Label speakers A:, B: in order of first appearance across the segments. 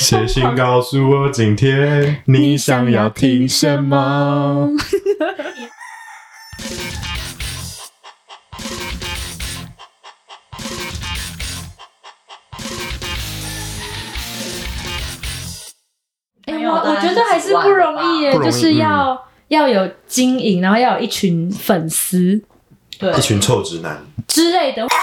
A: 写信告诉我今天你想要听什么。
B: 哎、
C: 没有
B: 我
C: 当
B: 我
C: 然
B: 觉
C: 是
B: 得
C: 几
B: 还是
C: 万
B: 不
C: 了
B: 容
C: 吧
B: 易嗯耶，
A: 不容易
B: 就是要、要有经营，然后要有一群粉丝
C: 对
A: 一，群臭直男，
B: 之类的。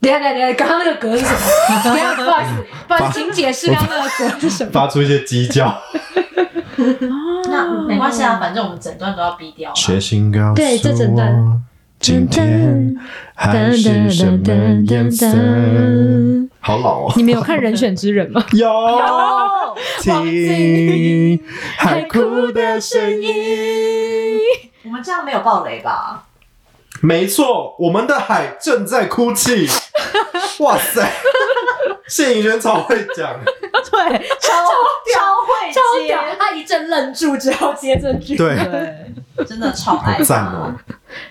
B: 等一下，等一下，等一下，刚刚那个格是什么？ 等一下，不好意思，不好意思，请解释刚刚那个格是什么？
A: 发出一些鸡叫。
C: 那没关系啊，反正我们整段都要逼掉啊。
A: 写信告
B: 对这整
A: 诉我
B: 段
A: 今天还是什么颜色？好老哦。
B: 你们有看《人选之人》 吗？
A: 有
C: 哦，
A: 听海哭的声音。
C: 我们这样没有暴雷吧？
A: 没错，我们的海正在哭 泣。哇塞，谢颖轩超会讲，
B: 对，
C: 超超会
B: 超屌！他一阵愣住之后接这句。
A: 对，
C: 对，真的超爱
A: 好
C: 他
A: 赞哦！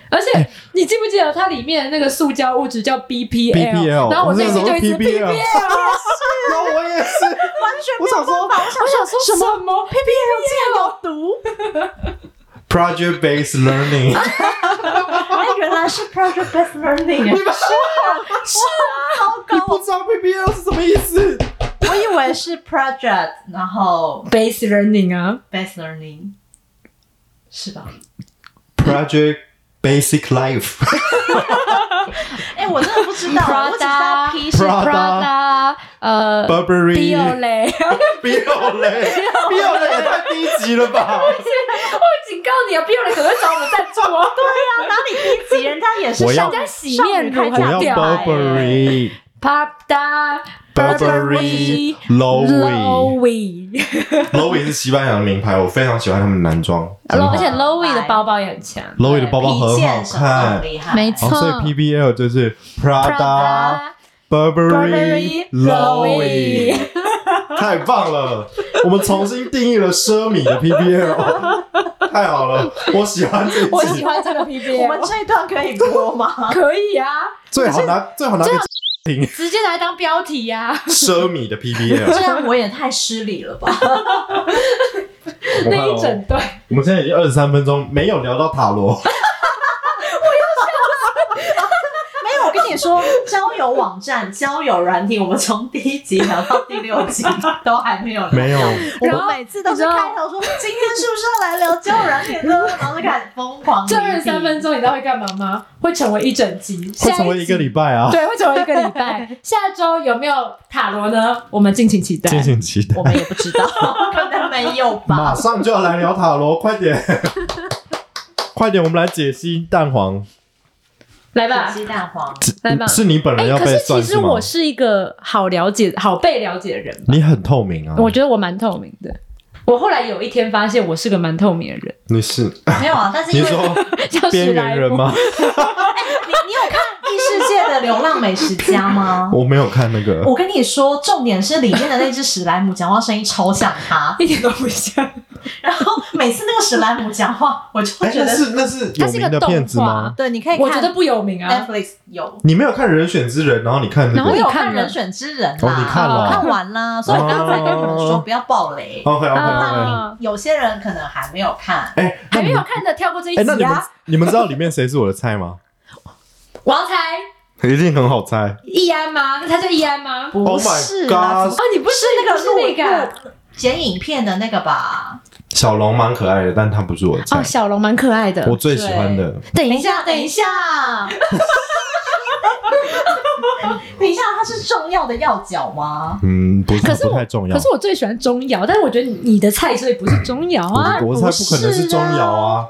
B: 而且你记不记得它里面的那个塑胶物质叫 BPL？,
A: BPL
B: 然后我内心就一直
A: 我那时候
B: BPL，
A: 然后我也是，
C: 完全
A: 我想说
B: 我想说什么
C: 有
B: BPL
C: 毒，
A: project based learning，
C: 哎，原来是 project based learning，是啊，是啊，
A: 你
C: 糟
A: 不
C: 糕，
A: 知道 BPL 是什么意思？
C: 我以为是 project，然后
B: base learning 啊？
C: based learning，是吧？
A: Project Basic Life
C: 哎，我真的不知道，
B: Prada
C: 我只知道 P 是
A: Prada
B: Prada 呃
A: Burberry
B: Biore，
A: Biole Biole 也太低级了吧！
B: 我警告你啊，Biore 可能会找我们赞助 哦。
C: 他哪里低级？人家也是
A: 我要
C: 上
B: 人家洗面乳
C: 我要
B: 很屌
C: 包
B: 欸
A: Burberry
B: ，Prada
A: Burberry Loewe
B: Loewe，
A: Loewe 是西班牙的名牌，我非常喜欢他们的男装，
B: 然后而且
C: 很
B: Loewe 的
C: 白
B: 包包也很强。
A: Loewe 的包包
C: 皮
A: 很好
C: 件什么都
A: 看
C: 很。厉害，
B: 没
A: 哦，
B: 错
A: 所以 PBL 就是 Prada Burberry
B: Burberry
A: Loewe，
B: Loewe
A: 太棒了！我们重新定义了奢靡的 PBL，太好了，我喜欢这一
B: 我喜
A: 集，
B: 欢这个
C: 我们
B: PPL，
C: 这一段可以播吗？
B: 可以啊，
A: 最好拿最好拿给听
B: 直接拿来当标题啊呀。
A: 奢靡的 PBL。
C: 这样我也太失礼了吧？
A: 我看
B: 那
A: 哦
B: 一整段，
C: 哎
A: 我们现在已经二十三分钟没有聊到塔 罗，
C: 没有，我跟你说，交友网站、交友软体，我们从第一集聊到第六集都还没有聊。
A: 没有，
C: 我
B: 然
C: 们
B: 后
C: 每次都是
B: 你知道
C: 开头说今天是不是要来聊交友软体呢？然后就开始疯狂。
B: 这二十哦三分，钟你知道会干嘛吗？会成为一整集，
A: 会成为一个礼拜啊
B: 下一集，，对，会成为一个礼 拜。下周有没有塔罗呢？我们敬请期待。
A: 敬请期待
C: 我。们也不知道，可能没有
A: 马
C: 吧。
A: 上就要来聊塔罗，快点，快点，我们来解析蛋黄，
B: 来吧
C: 吧，，鸡蛋黄，
B: 来吧。
A: 是你本人
B: 哎、
A: 要
B: 可
A: 被
B: 是其
A: 算
B: 实
A: 吗？
B: 我是一个好了解、好被了解的人吧。
A: 你很透明啊，
B: 我觉得我蛮透明的。我后来有一天发现，我是个蛮透明的人，
A: 你是
C: 没有啊。但是
A: 你
C: 因为你
A: 说
B: 叫
A: 边
B: 史莱
A: 缘人？
B: 姆
A: 吗？
C: 你有看异世界的《流浪美食家》 吗？
A: 我没有看那个，
C: 我跟你说，重点是里面的那只史莱姆讲话声音超像他，
B: 一点都不像。
C: 然后每次那个史莱姆讲话，我就
A: 哎，
C: 觉
A: 那
C: 得
A: 是那是
B: 它
A: 有
B: 是一
A: 名
B: 个
A: 的
B: 动
A: 片子
B: 画
A: 吗？，
C: 对，你可以看。
B: 我觉得不有名啊。
C: Netflix 有，
A: 你没有看《人选之人》，然后你看那
B: 然后啊
C: 我
A: 个
B: 你
C: 有
B: 看
C: 看《
B: 了
C: 人选之人》
A: 哦
C: 啦，
A: 你看了
C: 我看完啦，所以我刚才跟你们说
A: 哦
C: 不要暴雷。
A: ，OK OK
B: 啊
A: OK，
C: 有些人可能还没有看，
A: 哎，那
B: 还
A: 你们
B: 没有看的，跳过这一
A: 哎，那
B: 集
A: 你们
B: 啊！
A: 你们知道里面谁是我的菜吗？
B: 我要猜
A: 一定很好猜
B: 易安 E 吗？那他叫易安吗？
C: 不
A: Oh
C: 是
A: my
C: 啦
A: God，
B: 哦，你不是那个，
C: 是
B: 是那个啊。
C: 剪影片的那个吧？
A: 小龙蛮可爱的，但他不是我的菜
B: 哦，。小龙蛮可爱的
A: 我。最喜欢的
B: 等
C: 等
B: 一
C: 一下，
B: 下，
C: 等
B: 等
C: 一
B: 一下，
C: 下， 等一下，它是重要的要角吗？
A: 嗯，不是
B: 可是
A: 不
B: 我
A: 太重要。
B: 可是我最喜欢钟瑶，但是我觉得你的菜所以不是钟瑶啊。
A: 我我猜不可能是钟瑶啊！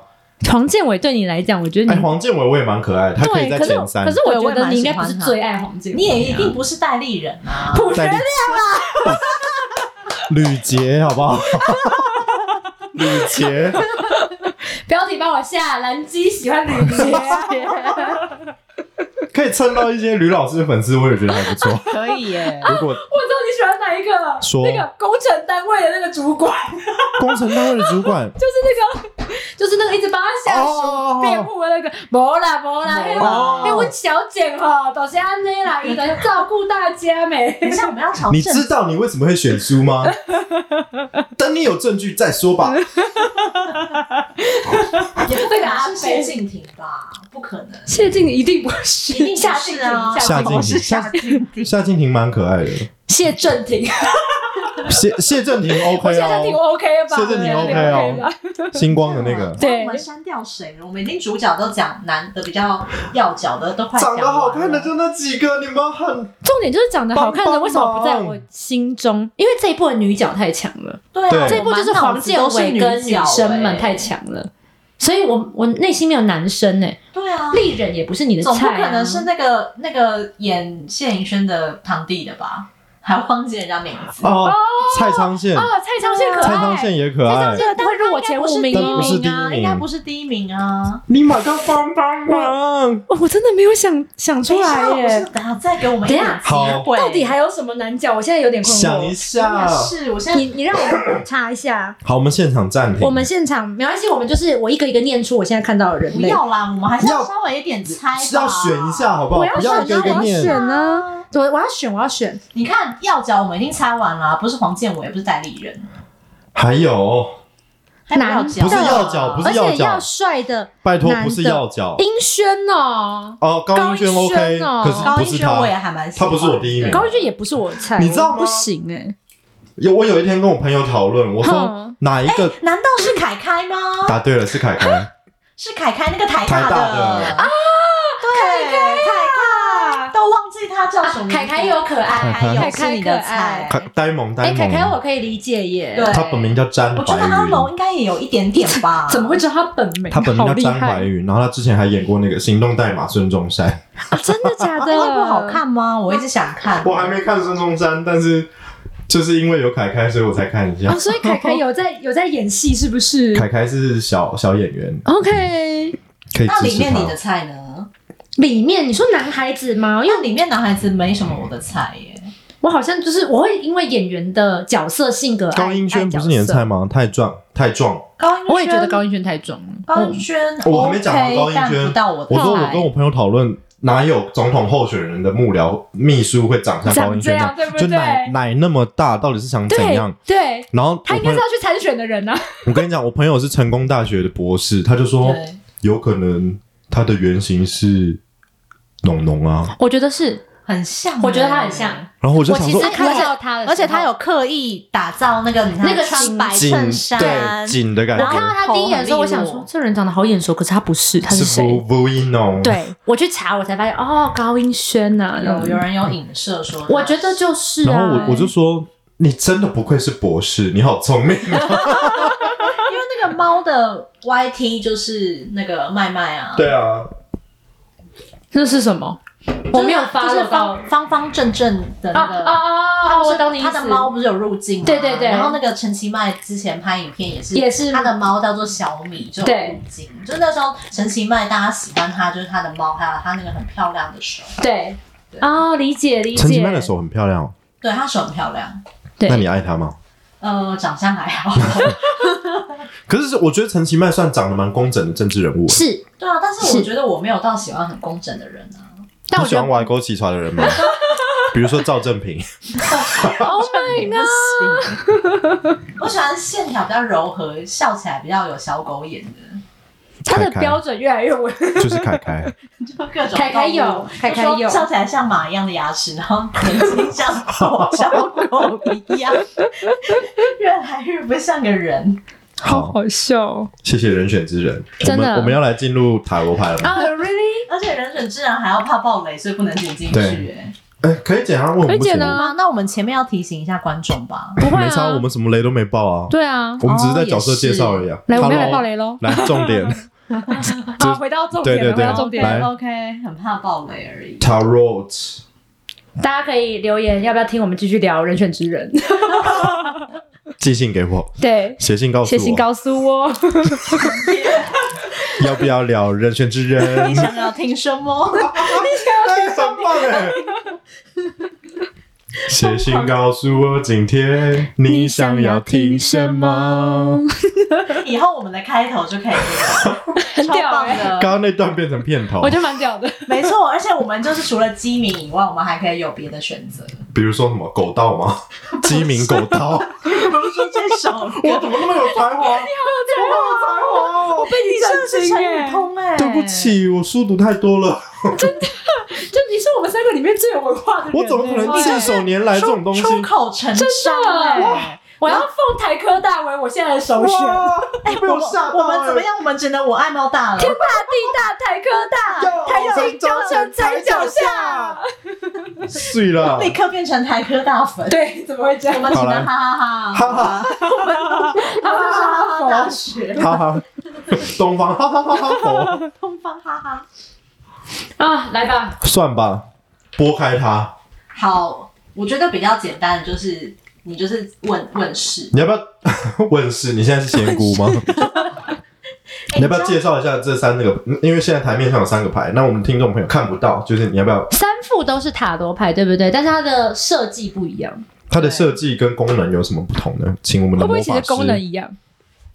B: 黄建伟对你来讲，我觉得
A: 哎，
B: 你
A: 黄建伟我也蛮可爱的，他可以
B: 对，
A: 在
B: 可是我
A: 前三
B: 可。是我觉
C: 对我
B: 得
C: 蛮
B: 你应该
C: 喜欢
B: 不是
C: 他
B: 最爱黄建伟啊，
C: 你也一定不是代理人啊！
B: 不
A: 在 吕杰好不好？吕杰，
B: 标题把我下蓝姬喜欢吕杰，我
A: 可以蹭到一些吕老师的粉丝，我也觉得还不错。
C: 可以耶，
A: 如果
B: 知道你喜欢哪一个了，
A: 说
B: 那个工程单位的那个主管，
A: 工程单位的主管
B: 就是那个， 就是那个一直帮他下
A: 哦
B: 属辩护的那个，无啦无啦，
C: 没
B: 嘿
C: 啦
B: 我嘿我小姐吼，都是安尼啦，伊在照顾大家
C: 等一
B: 没。
C: 下我们要朝
A: 你
C: 正
A: 知道你为什么会选书吗？等你有证据再说吧。
C: 也不可
B: 那个阿
C: 能是谢
B: 飞
C: 敬廷吧？不可能，
B: 谢晋一定不
C: 一定
B: 是，
C: 不
B: 夏
C: 是
B: 静
C: 啊
B: 婷，
A: 夏
B: 静
A: 静
B: 婷
A: 婷
C: 我是夏敬廷。
A: 夏静婷蛮可爱的，
B: 谢正廷，
A: 谢谢正廷 OK
B: 谢正廷
A: 哦，
B: OK 吧？
A: 谢正廷
B: 对
A: OK
B: 吧
A: 哦星光的那个
B: 对
C: 我们删掉谁了？我们已经主角都讲男的比较要角的，都快讲啊
A: 长得好
C: 完
A: 看
C: 了
A: 的就那几个，你们很
B: 重点就是长得好看
A: 棒
B: 的
A: 棒
B: 为什么不在我心中？因为这一部的女角太强了，
C: 对啊，
A: 对
B: 这一部就是黄建伟跟女生们太
C: 强。
B: 强了，所以我我内心没有男生哎，
C: 对啊，
B: 丽人也不是你的
C: 总不
B: 菜啊，
C: 可能是那个那个演谢盈萱的堂弟的吧？还忘记人家名字。
A: 哦，蔡昌宪，
B: 哦，蔡昌宪可爱，
A: 蔡昌宪也可
B: 蔡
A: 爱
B: 昌。宪不会入我前五名
A: 但不
B: 哦
A: 是。第一
C: 啊，
A: 名
C: 应该不是第一名啊！
A: 你马个帮帮忙！
B: 哦我真的没有想想
C: 等
B: 出
C: 一下，
B: 来
C: 我是
B: 耶，
C: 等下再给我们
B: 啊等
C: 一
B: 一
C: 点
B: 下
C: 机会。哎
B: 到底还有什么男角？我现在有点困
A: 想一
B: 惑。
A: 下，
C: 是我现在
B: 你你让我查一下，
A: 好，我们现场暂停。
B: 我们现场没关系，我们就是我一个一个念出我现在看到的人
C: 不
B: 类。
C: 要啦，我们还是
A: 要
C: 要稍微一点猜吧。
A: 是要选一下好不好？
B: 我要
A: 不要一个一个
B: 选啊我要
A: 念
B: 选。啊！我我要选，我要选。
C: 你看要角我们已经猜完了，不是黄建伟，不是戴立人，
A: 还有，
C: 还有
B: 男
C: 要角，
A: 不是要角不是
B: 而且
A: 要
B: 要
A: 角
B: 帅的
A: 拜托
B: 男的
A: 不是要角
B: 英轩哦，
A: 哦，高音轩
B: 高音
A: OK，
B: 轩哦
A: 可
C: 高
A: 是
C: 音
A: 不是
C: 轩我也
A: 他。
C: 还蛮喜欢
A: 他不是我第一名
C: 的
B: 高玉俊也不是我的菜，
A: 你知道吗
B: 我不行哎，
A: 有我有一天跟我朋友讨论，我说
B: 哼
A: 哪一
B: 哎
A: 个
C: 难道是凯凯
B: 哦
C: 吗？
A: 答对了是凯凯，
C: 是凯凯那个台
A: 台
C: 大
A: 大的
C: 啊，对，
B: 啊
C: 凯凯都忘记他叫什么名字，
B: 可
C: 凯凯有
B: 凯
C: 是
B: 凯
C: 你
B: 可
C: 的
B: 爱
C: 菜。
A: 凯呆萌
B: 哎，
A: 呆
B: 凯凯我
A: 萌，
B: 可以理解耶，？
C: 对
A: 他本名叫詹
C: 我觉得阿
A: 怀
C: 龙
A: 云，
C: 应该也有一点点吧
B: 怎么会知道他本名？
A: 他本名
B: 好
A: 叫
B: 厉
A: 詹怀
B: 害，
A: 云，然后他之前还演过那个《行动代码》孙中山，
B: 啊真 的假
C: 啊
B: 的？
C: 那一部好，看吗？我一直想看，
A: 我还没看孙中山，但是就是因为有凯凯，所以我才看一下
B: 哦，。所以凯凯有在有在演戏，是不是
A: 凯凯是小小演员，
B: ？OK，
A: 可以
C: 那
A: 支
C: 里
A: 持
C: 面你的
A: 他。
C: 菜呢？
B: 里面你说男孩子吗？因
C: 因
B: 为
C: 为里面男孩子没什么我的菜耶。
B: 我好像就是我会因为演员的角色性格，
A: 高音轩不是你的
B: 年
A: 菜吗？太壮，太壮。
C: 高音轩，
B: 我也觉得高音轩太壮了。
C: 高音轩 OK，
A: 我还没讲完高音轩
C: 但不到我的
A: 我说我
C: 菜。
A: 跟我朋友讨论，哪有总统候选人的幕僚秘书会长像高音轩那
B: 长这样对不对
A: 就奶奶那么大，到底是想哦怎样？
B: 对，
A: 然后
B: 他
A: 我
B: 应该
A: 朋
B: 是
A: 友
B: 要，去参选的人啊。
A: 我跟你讲，我朋友是成功大学的博士，他就说
C: 对，
A: 有可能他的原型是农农啊。
B: 我觉得是，
C: 很像耶，
B: 我觉得他很像。
A: 然后我就
B: 我
A: 想
B: 其
A: 说
B: 实，看到他的时候，
C: 而且他有刻意打造那个你看
B: 那个
C: 穿
B: 紧
C: 白
A: 紧
C: 衬衫，
A: 对紧的感
B: 我看到
A: 觉，
B: 他第一眼的时候，我想说这人长得好眼熟，可是他不是，他是
A: 是
B: 谁？
A: 不不一农。，
B: 对 嗯我去查，我才发现哦，高音轩呐。
C: 有有人有影射说他，
B: 我觉得就是啊。
A: 然后我我就说，你真的不愧是博士，你好聪明 啊。
C: 因为那个猫的 YT 就是那个麦麦啊，
A: 对啊，
B: 那是什么？
C: 就是，
B: 我没有
C: 就
B: 发
C: 是
B: 得到
C: 方方方正正
B: 啊
C: 的那
B: 啊
C: 个。
B: 啊
C: 它
B: 啊！
C: 不是
B: 我懂你意
C: 它
B: 思。
C: 的猫不是有入境吗？
B: 对对对
C: 然后那个陈其迈之前拍影片也是，
B: 也是
C: 他的猫叫做小米，就有入
B: 对
C: 境。就那时候陈其迈大家喜欢他，就是他的猫，还有他那个很漂亮的手。
B: 对哦，理解理解。
A: 陈其迈的手很漂亮哦，
C: 对，他手很漂亮。
B: 对
A: 那你爱他吗？
C: 呃，长相还好。
A: 可是我觉得陈其迈算长得蛮工整的政治人物，
B: 是，
C: 对啊，但是我
B: 是
C: 觉得我没有到喜欢很工整的人啊。
B: 但
A: 你
B: 我
A: 喜
B: 觉得
A: 欢歪勾起床的 人吗？比如说赵正平，
B: Oh my god！
C: 我喜欢线条比较柔和，笑起来比较有小狗眼的。
B: 他的
A: 凯凯
B: 标准越来越稳。
A: 就是凯凯，
C: 各种
B: 凯凯有
C: 动物
B: 凯凯有
C: 就说笑起来像马一样的牙齿，然后眼睛像小狗一 样，越来越不像个人。
A: 好
B: 好笑哦
A: 谢谢人选之人。
B: 真的
A: 我们我们要来进入塔罗牌了吗？
B: 啊！Really？
C: 而且人选之人还要怕暴雷，所以不能点进去、
A: 对
C: 欸。
A: 哎，可以简单问我
B: 可
A: 们
B: 以
A: 不行
B: 剪
A: 吗？
B: 啊，
C: 啊，那我们前面要提醒一下观众吧。
B: 不会
A: 没差，
B: 啊
A: 我。们什么雷都没爆啊，
B: 对啊，
A: 我们只是在角色介绍而已啊。
B: 来，我们
A: Hello
B: 要来爆雷喽！
A: 来重点
B: 好，回到重
A: 对
B: 点，
A: 对
B: 回
A: 对
B: 到重点。
A: 来
C: OK，很怕暴雷而已。
A: Tarot，
B: 大家可以留言，要不要听我们继续聊人选之人？
A: 寄信给我，
B: 对，
A: 写信告诉
B: 写信
A: 我，
B: 告诉我。
A: 要不要聊人选之人
C: 你？想要听什么？
A: 欸哎，很棒哎！ 写信告诉我今天你想要听什么。
C: 以后我们的开头就 可以 这
B: 很
C: 个，超
B: 屌
C: 棒
B: 欸
C: 的。
A: 刚刚那段变成片头
B: 我，觉得蛮屌的。
C: 没错，而且我们就是除了鸡鸣以外，我们还可以有别的 选择。
A: 比如说什么狗道吗？ 鸡鸣狗道，
C: 比如说这首歌，
A: 我怎么那么有才华？我好有才华哦！
B: 被
C: 你真的是成语通哎、
A: 对不，起，我书读太多了，
B: 就你是我们三个里面最有文化的人欸。
A: 我怎么可能
B: 哇
A: 信手拈来这种东西？
C: 出口成
B: 真
C: 章
B: 的
C: 哎、
B: 哇我要奉台科大为我现在的首选。
A: 哇！哎，被
C: 我
A: 我
C: 们
A: 吓到
C: 我们怎么
A: 哎？
C: 样？我们只能我爱猫大了。
B: 大地大，台科大，台新教程踩脚下。，
A: 碎了，
C: 立刻变成台科大粉，
B: 对，怎么会这样？
C: 我们只能哈哈哈，
A: 哈哈
C: 哈哈哈哈大学，
A: 哈哈，东方哈哈哈哈佛，
C: 东方哈哈。
B: 啊，来吧，
A: 算吧，拨开它，
C: 好，我觉得比较简单的就是你就是问问事，
A: 你要不 要问世？你现在是仙姑吗？ 你要不要介绍一下这三个？嗯因为现在台面上有三个牌，那我们听众朋友看不到，就是你要不要
B: 三副都是塔罗牌，对不对？但是它的设计不一样，
A: 它的设计跟功能有什么不同呢？请我们
B: 会
A: 的
B: 不
A: 魔
B: 会其
A: 法
B: 实功能
A: 师，
B: 一样？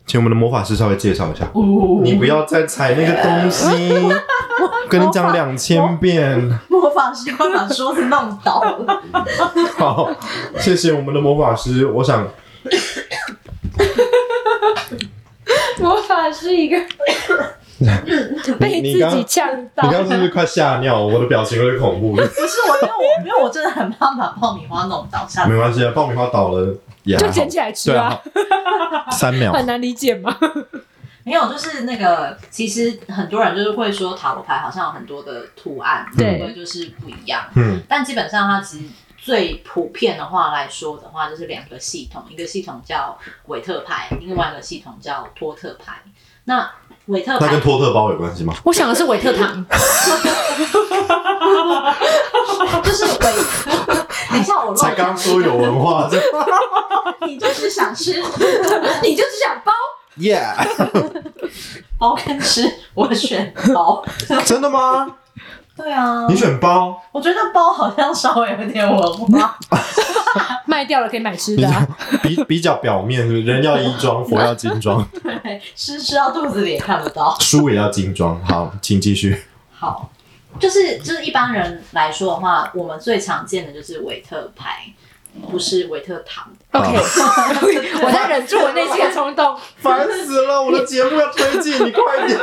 A: 请我们的魔法师稍微介绍一下。
C: 哦
A: 你不要再踩那个东西， 跟你讲两千遍。
C: 模仿习惯把桌子弄倒了。
A: 好，谢谢我们的魔法师。我想
B: 魔法是一个 被
A: 你
B: 自
A: 你刚
B: 己呛
A: 你
B: 到
A: 刚。刚是不是快吓尿？我的表情有点恐怖。
C: 不是我，因为我因为我真的很怕把爆米花弄倒下来。
A: 没关系啊，爆米花倒了也还
B: 就
A: 好
B: 捡起来吃
A: 对
B: 啊
A: 啊，，好三秒。
B: 很难理解吗？
C: 没有，就是那个，其实很多人就是会说塔罗牌好像有很多的图案，
B: 对
C: 会就是不一样。
A: 嗯，
C: 但基本上它其实最普遍的话来说的话，就是两个系统，一个系统叫韦特牌，另外一个系统叫托特牌。那韦特
A: 那
C: 牌
A: 跟托特包有关系吗？
B: 我想的是韦特糖，
C: 哦就是韦， 等一下我
A: 才
C: 乱
A: 刚
C: 讲，
A: 说有文化，这
C: 你就是想吃
B: 你就只想包。
A: yeah，
C: 包跟吃，我选包。
A: 真的吗？
C: 对啊，
A: 你选包，
C: 我觉得包好像稍微有点文化，
B: 卖掉了可以买吃
A: 你
B: 的、啊，
A: 比比较表面，是不是？人要衣装，佛要金 装，
C: 对，吃吃到肚子里也看不到。
A: 书也要精装。好，请继续。
C: 好，就是就是一般人来说的话，我们最常见的就是韦特牌，不是韦特糖。
B: OK，我 在忍住我内心的冲动。
A: 烦死了！我的节目要推进，你快点。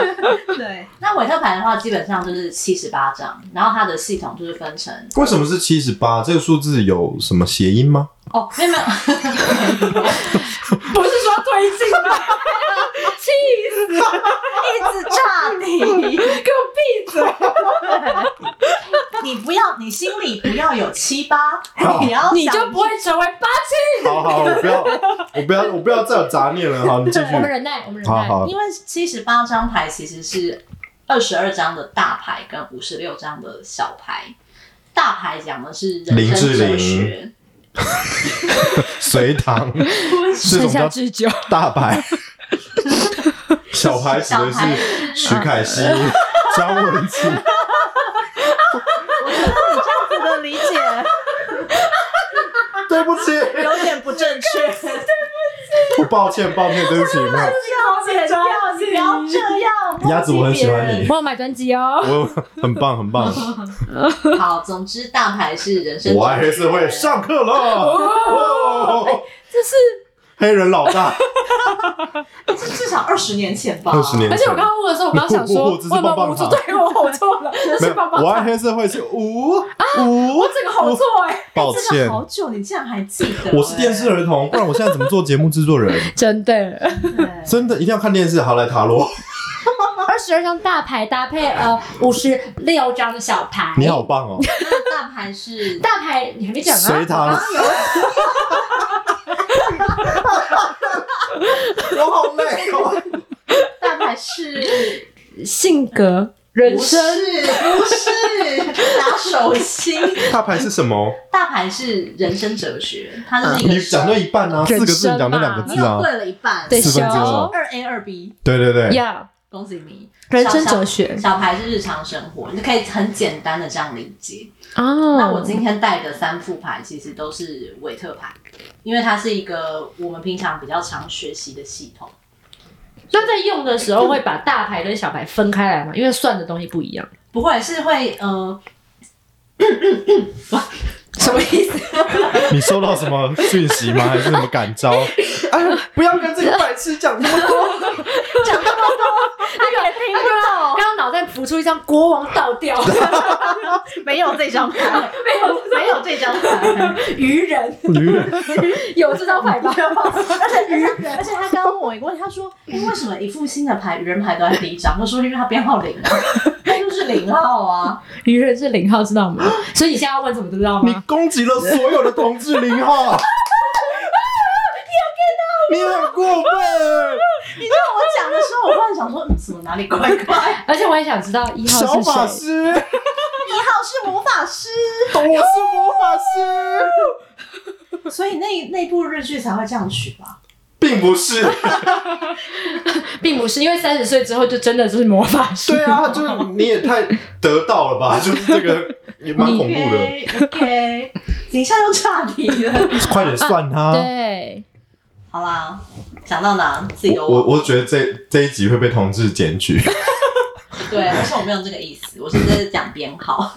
C: 对，那韦特牌的话，基本上就是七十八张，然后它的系统就是分成
A: 为什么是七十八？这个数字有什么谐音吗？
C: 哦，没有 没有，
B: 不是说推进吗？ 气死！
C: 一直炸你，
B: 给我闭嘴！
C: 你不要，你心里不要有七八，
A: 好
C: 你要
B: 你
C: 想
B: 就不会成为八七。
A: 好好，我不要，我不要，我不要再有杂念了。好，你继续
B: 我。们忍耐，我们忍
A: 好
B: 耐。
A: 好，
C: 因为七十八张牌其实是二十二张的大牌跟五十六张的小牌。大牌讲的是
A: 林
C: 人
A: 志
C: 生哲
A: 玲
C: 学，
A: 隋唐 是什
B: 剩
A: 么
B: 下
A: 叫
B: 之 久，
A: 大 牌？小牌嗯指的
C: 小牌
A: 是徐凯熙、张文琪。
C: 我的 理解
A: 对不起，
C: 有点不正 确。
A: 我抱歉，抱歉，对不起，没有。
C: 要 剪掉，你不
A: 鸭
C: 要这样。
A: 子，我很喜欢你，
B: 我有买专辑哦。
A: 我很棒，很棒。
C: 好，总之大牌是人生。
A: 我还是会。上课了。哦，
B: 哎这是，
A: 黑人老大，
C: 这至少二十年前吧。
A: 二十。年前。
B: 而且我刚刚问的时候，我刚刚 想说，
A: 不不不这是
B: 我有没有
A: 棒棒
B: 捂住？
A: 糖
B: 对，我吼错了， 这
A: 没
B: 是
A: 有
B: 棒，棒
A: 我爱
B: 糖。
A: 黑社会是五五
B: 我。啊这个吼错哎，
A: 抱
C: 这
A: 歉
C: 个，好久，你竟然还记得？
A: 我是电视儿童，不然我现在怎么做节目制作人？
B: 真的。
C: 对。
A: 真的一定要看电视。好，来塔罗，
B: 哎二十二张大牌搭配呃五十六张的小牌。
A: 你好棒哦，
C: 那大牌是
B: 大牌，你还没讲啊？
A: 隋唐
B: 我刚刚有
A: 我好累 哦。
C: 大牌是
B: 性格、人
C: 不是
B: 生、
C: 不是拿手心？
A: 大牌是什么？
C: 大牌是人生哲学，它就是一个
A: 你讲到一半啊，
B: 人
A: 四个字你讲到两个
C: 你
A: 字啊
C: 有，对了一半，
B: 对
A: 四分之
B: 小
A: 二。
C: 二 A 二 B，
A: 对对对，
B: 呀、
C: 恭喜你。
B: 人生哲学
C: 小小小牌是日常生活，你可以很简单的这样理解。
D: 哦，
C: 那我今天带的三副牌其实都是韦特牌，因为它是一个我们平常比较常学习的系统。
B: 那在用的时候会把大牌跟小牌分开来吗？因为算的东西不一样。
C: 不会是会呃，
D: 什么意思？
A: 你收到什么讯息吗？还是什么感召？ 啊，不要跟这个白痴讲这么多。
D: 那个听
B: 刚
D: 到
B: 刚脑袋浮出一张国王倒 吊，
C: 没有这张牌， 没有没有这张 牌，
B: 愚人
A: 女人，
B: 有这张牌吧？
C: 而且愚人，而且他刚刚问我一个问题，他 说：“哎、为什么一副新的牌愚人牌都在第一张？”我说：“因为它编号零啊，它就是零号 啊。
B: 愚人是零号，知道吗？所以你现在要问什么，知道
A: 你
B: 吗？
A: 攻击了所有的同志零 号。你很过分，”
C: 你知道我讲的时候，我突然想说，嗯，怎么哪里怪怪？
B: 而且我也想知道一
A: 小
B: 号
A: 法
B: 是谁。
A: 师，
C: 一号是魔法师，
A: 我是魔法师，
C: 所以那那部日剧才会这样取吧？
A: 并不是。
B: 并不是因为三十岁之后就真的是魔法师。
A: 对啊，就是你也太得到了 吧？就是这个也蛮恐怖的，
C: OK OK，等一下又岔题了。
A: 快点算他。
B: 啊
D: 对，
C: 好啦，讲到哪自己都
A: 我
C: 忘。
A: 我觉得这这一集会被同志检举，
C: 对，但是我没有这个意思，我是在讲编号。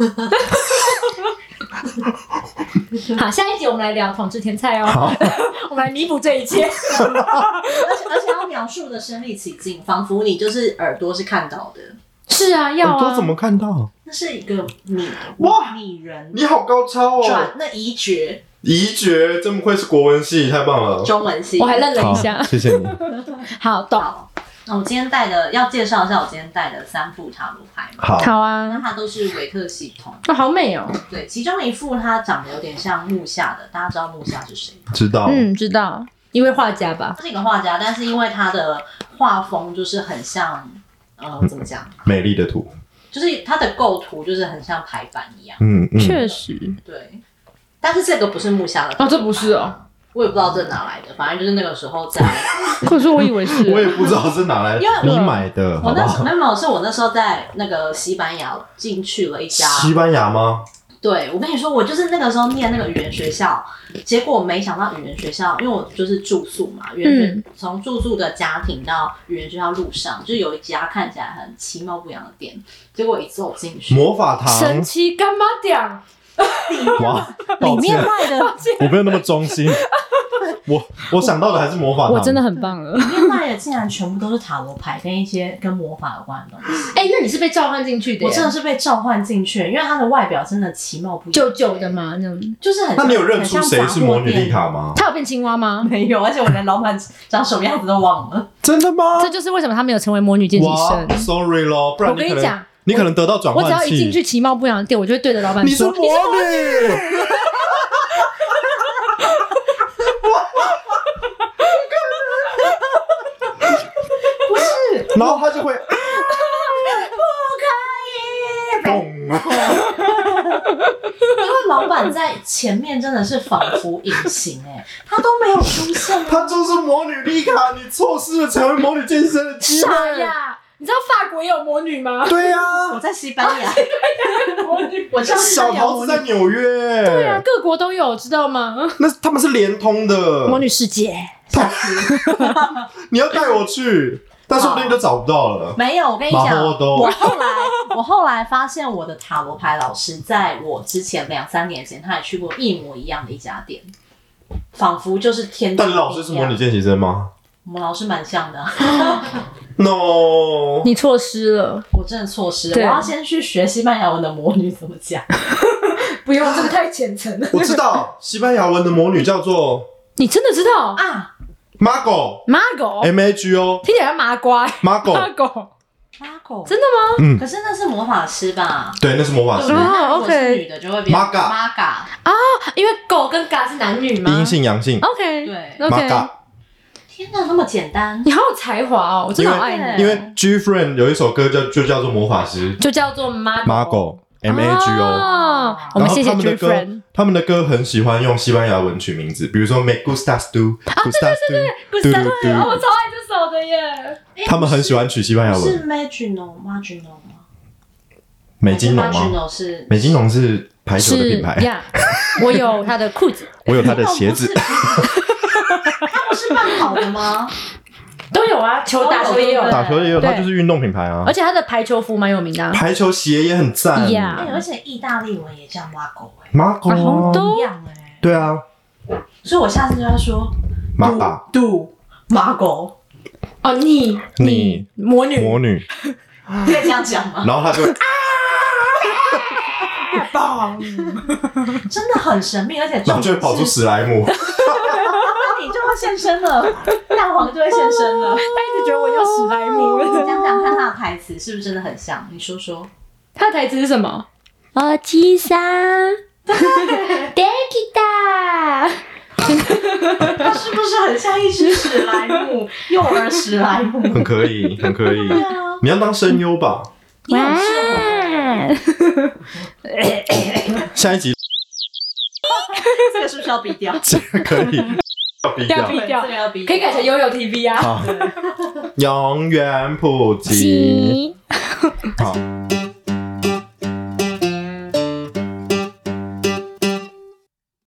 B: 好，下一集我们来聊统治天菜哦， 我们来弥补这 一切。
C: 而且而且要描述的身临其境，仿佛你就是耳朵是看到的，
B: 是啊，要
A: 我都
B: 啊
A: 怎。么看到？
C: 那是一个拟
A: 哇
C: 拟人
A: 你好高超
C: 转
A: 哦！
C: 那一绝
A: 移觉，真不愧是国文系，太棒了。
C: 中文系。
B: 我还愣了
A: 好
B: 一下，
A: 谢谢你。
B: 好懂。
C: 好，那我今天带的要介绍一下我今天带的三副塔罗牌嘛，
A: 好，
D: 好
C: 那
D: 啊，
C: 它都是维特系统，
B: 哦，好美哦！
C: 对，其中一副它长得有点像木下的，大家知道木下是谁？
A: 知道。
D: 嗯，知道，
B: 一位画家吧，
C: 他是一个画家，但是因为他的画风就是很像，呃，怎么讲？
A: 美丽的图，
C: 就是他的构图就是很像排版一样，
A: 嗯嗯，
D: 确实，
C: 对。但是这个不是木下的
B: 哦，这不是哦，
C: 我也不知道这哪来的，反正就是那个时候在，
D: 可是我以为是，
A: 我也不知道是哪来
C: 因为我
A: 你买的，好
C: 我
A: 不
C: 那时候
A: 好？
C: 没有没有，是我那时候在那个西班牙进去了一家，
A: 西班牙吗？
C: 对我跟你说，我就是那个时候念那个语言学校，结果没想到语言学校，因为我就是住宿嘛，语言学从住宿的家庭到语言学校路上，就有一家看起来很其貌不扬的店，结果一走进去，
A: 魔法
B: 神
A: 堂，
B: 奇干妈店，
A: 哇，
D: 里
A: 抱
D: 面
A: 歉，
D: 卖 的，
A: 我没有那么忠心。 我我想到的还是魔法堂，
D: 我真的很棒了，
C: 里面卖的竟然全部都是塔罗牌跟一些跟魔法有关的东西，
B: 哎，那你是被召唤进去的耶？
C: 我真的是被召唤进去，因为它的外表真的其貌不扬，
B: 九九的嘛，那种。
C: 就是很
A: 那
C: 像
A: 你有认出
C: 很像
A: 谁
C: 杂
A: 是
C: 货
A: 魔女
C: 店
A: 丽卡吗？
D: 他有变青蛙吗？
C: 没有，而且我连老板长什么样子都忘了。
A: 真的吗？
D: 这就是为什么他没有成为魔女见习生。
A: ，sorry 咯，不然
D: 我跟
A: 你
D: 你
A: 可能
D: 讲
A: 你可能得到转
D: 我只要
A: 换
D: 一进
A: 器，
D: 去其貌不扬的店，我就会对着老板
A: 啊你是
D: 说
A: 魔：“女。
C: 不是，
A: 然后他就会嘣
C: 因为老板在前面真的是仿佛隐形哎、他都没有出现啊。
A: 他就是魔女丽卡，你错失了成为魔女健身的机会。
B: 傻呀！你知道法国也有魔女吗？
A: 对啊呀、
C: 我在西班牙，我知道西
A: 小
C: 班牙
A: 桃
C: 魔
A: 子
C: 女
A: 在纽约，
D: 对啊，各国都有，知道吗？
A: 那他们是连通的。
D: 魔女世界，
A: 你要带我去，但说不定就找不到了。
C: 没有，我跟你
A: 马
C: 讲，
A: 后都
C: 我后来我后来发现我的塔罗牌老师，在我之前两三年前，他也去过一模一样的一家店，仿佛就是天。
A: 但你老师是魔女，见习生吗
C: 我们老师蛮像的啊、
A: ？No，
D: 你错失了，
C: 我真的错失了，
D: 对
C: 我要先去学西班牙文的魔女怎么讲。
B: 不用，这个太虔诚了。
A: 我知道西班牙文的魔女叫做
D: 你真的知道
C: 啊，
A: Mago，M
D: 马狗，
A: A G O
D: 听起来像麻瓜，马
A: Mago，
D: 狗，
C: 拉狗
D: 真的吗？
A: 嗯
C: 可是那是魔法师吧？
A: 对，啊那是魔法
C: 对
A: 师
C: 不对，
D: 哦
C: 那如果是
D: OK
C: 女的就会变
A: Maga
C: 玛嘎，
B: 因为狗跟嘎是男女吗
A: 阴？性阳性
D: OK，
C: 对
D: 哦，OK，
A: Maga。
C: 天哪，那么简单！
B: 你好有才华哦，我真的好爱你。
A: 因为 G Friend 有一首歌叫就叫做魔法师
B: 就叫做妈
A: Mago M A G O，
D: 哦我
A: 然
D: 们
A: 后
D: 谢谢
A: 他们
D: G
A: 的
D: friend 啊
A: 歌。他们的歌很喜欢用西班牙文取名字，比如说 Me gustas tú，gustas tú，嘟嘟
B: 哦，我
A: 嘟，
B: 超爱这首的耶！
A: 他们很喜欢取西班牙
C: 是
A: 文。
C: Magino Magino 吗？
A: 美金农
C: 还是
A: 吗？
C: Mancino 是
A: 美金农是排球的
D: 是
A: 品牌，
D: 呀，哦我有他的裤 子
A: 我有它的鞋子。
C: 它不是慢跑的吗？
B: 都有啊，球打球也有
C: 都，有
A: 打球也有，它
D: 对
A: 就是运动品牌啊
D: 而。且他的排球服蛮有名的啊，
A: 排球鞋也很赞，
D: 呀
C: 哎而且意大利文也叫 Marco 哎，
A: 马狗
D: 红
A: 啊，
D: 豆
C: 一样哎，
A: 对啊，
C: 所以我下次就要说
A: 马爸
C: Do Marco，
D: 哦，你
A: 你
D: 魔女
A: 魔女，
C: 可以这样讲吗？
A: 然后他 就
C: 棒，真的很神秘，而且
A: 然后就会跑出史莱姆，
C: 那你就会现身了，大黄就会现身
D: 他
C: 了。
D: 一直觉得我叫史莱
C: 你
D: 姆。
C: 讲讲看他的台词是不是真的很像？你说说，
D: 他的台词是什么？
E: おじいさん、できた
C: 他是不是很像一只史 莱姆，幼儿史莱姆？
A: 很可以，很可以。
C: 啊，
A: 你要当声优吧？
C: 你很适合。
E: わー
A: 下一集
C: 这个是不是要逼掉？
A: 这个可 以要逼
D: 要逼，掉
A: 掉
C: 这个要逼掉，
D: 可以改成悠悠 TV 啊。
A: 好，永远普及。
E: し
A: 好，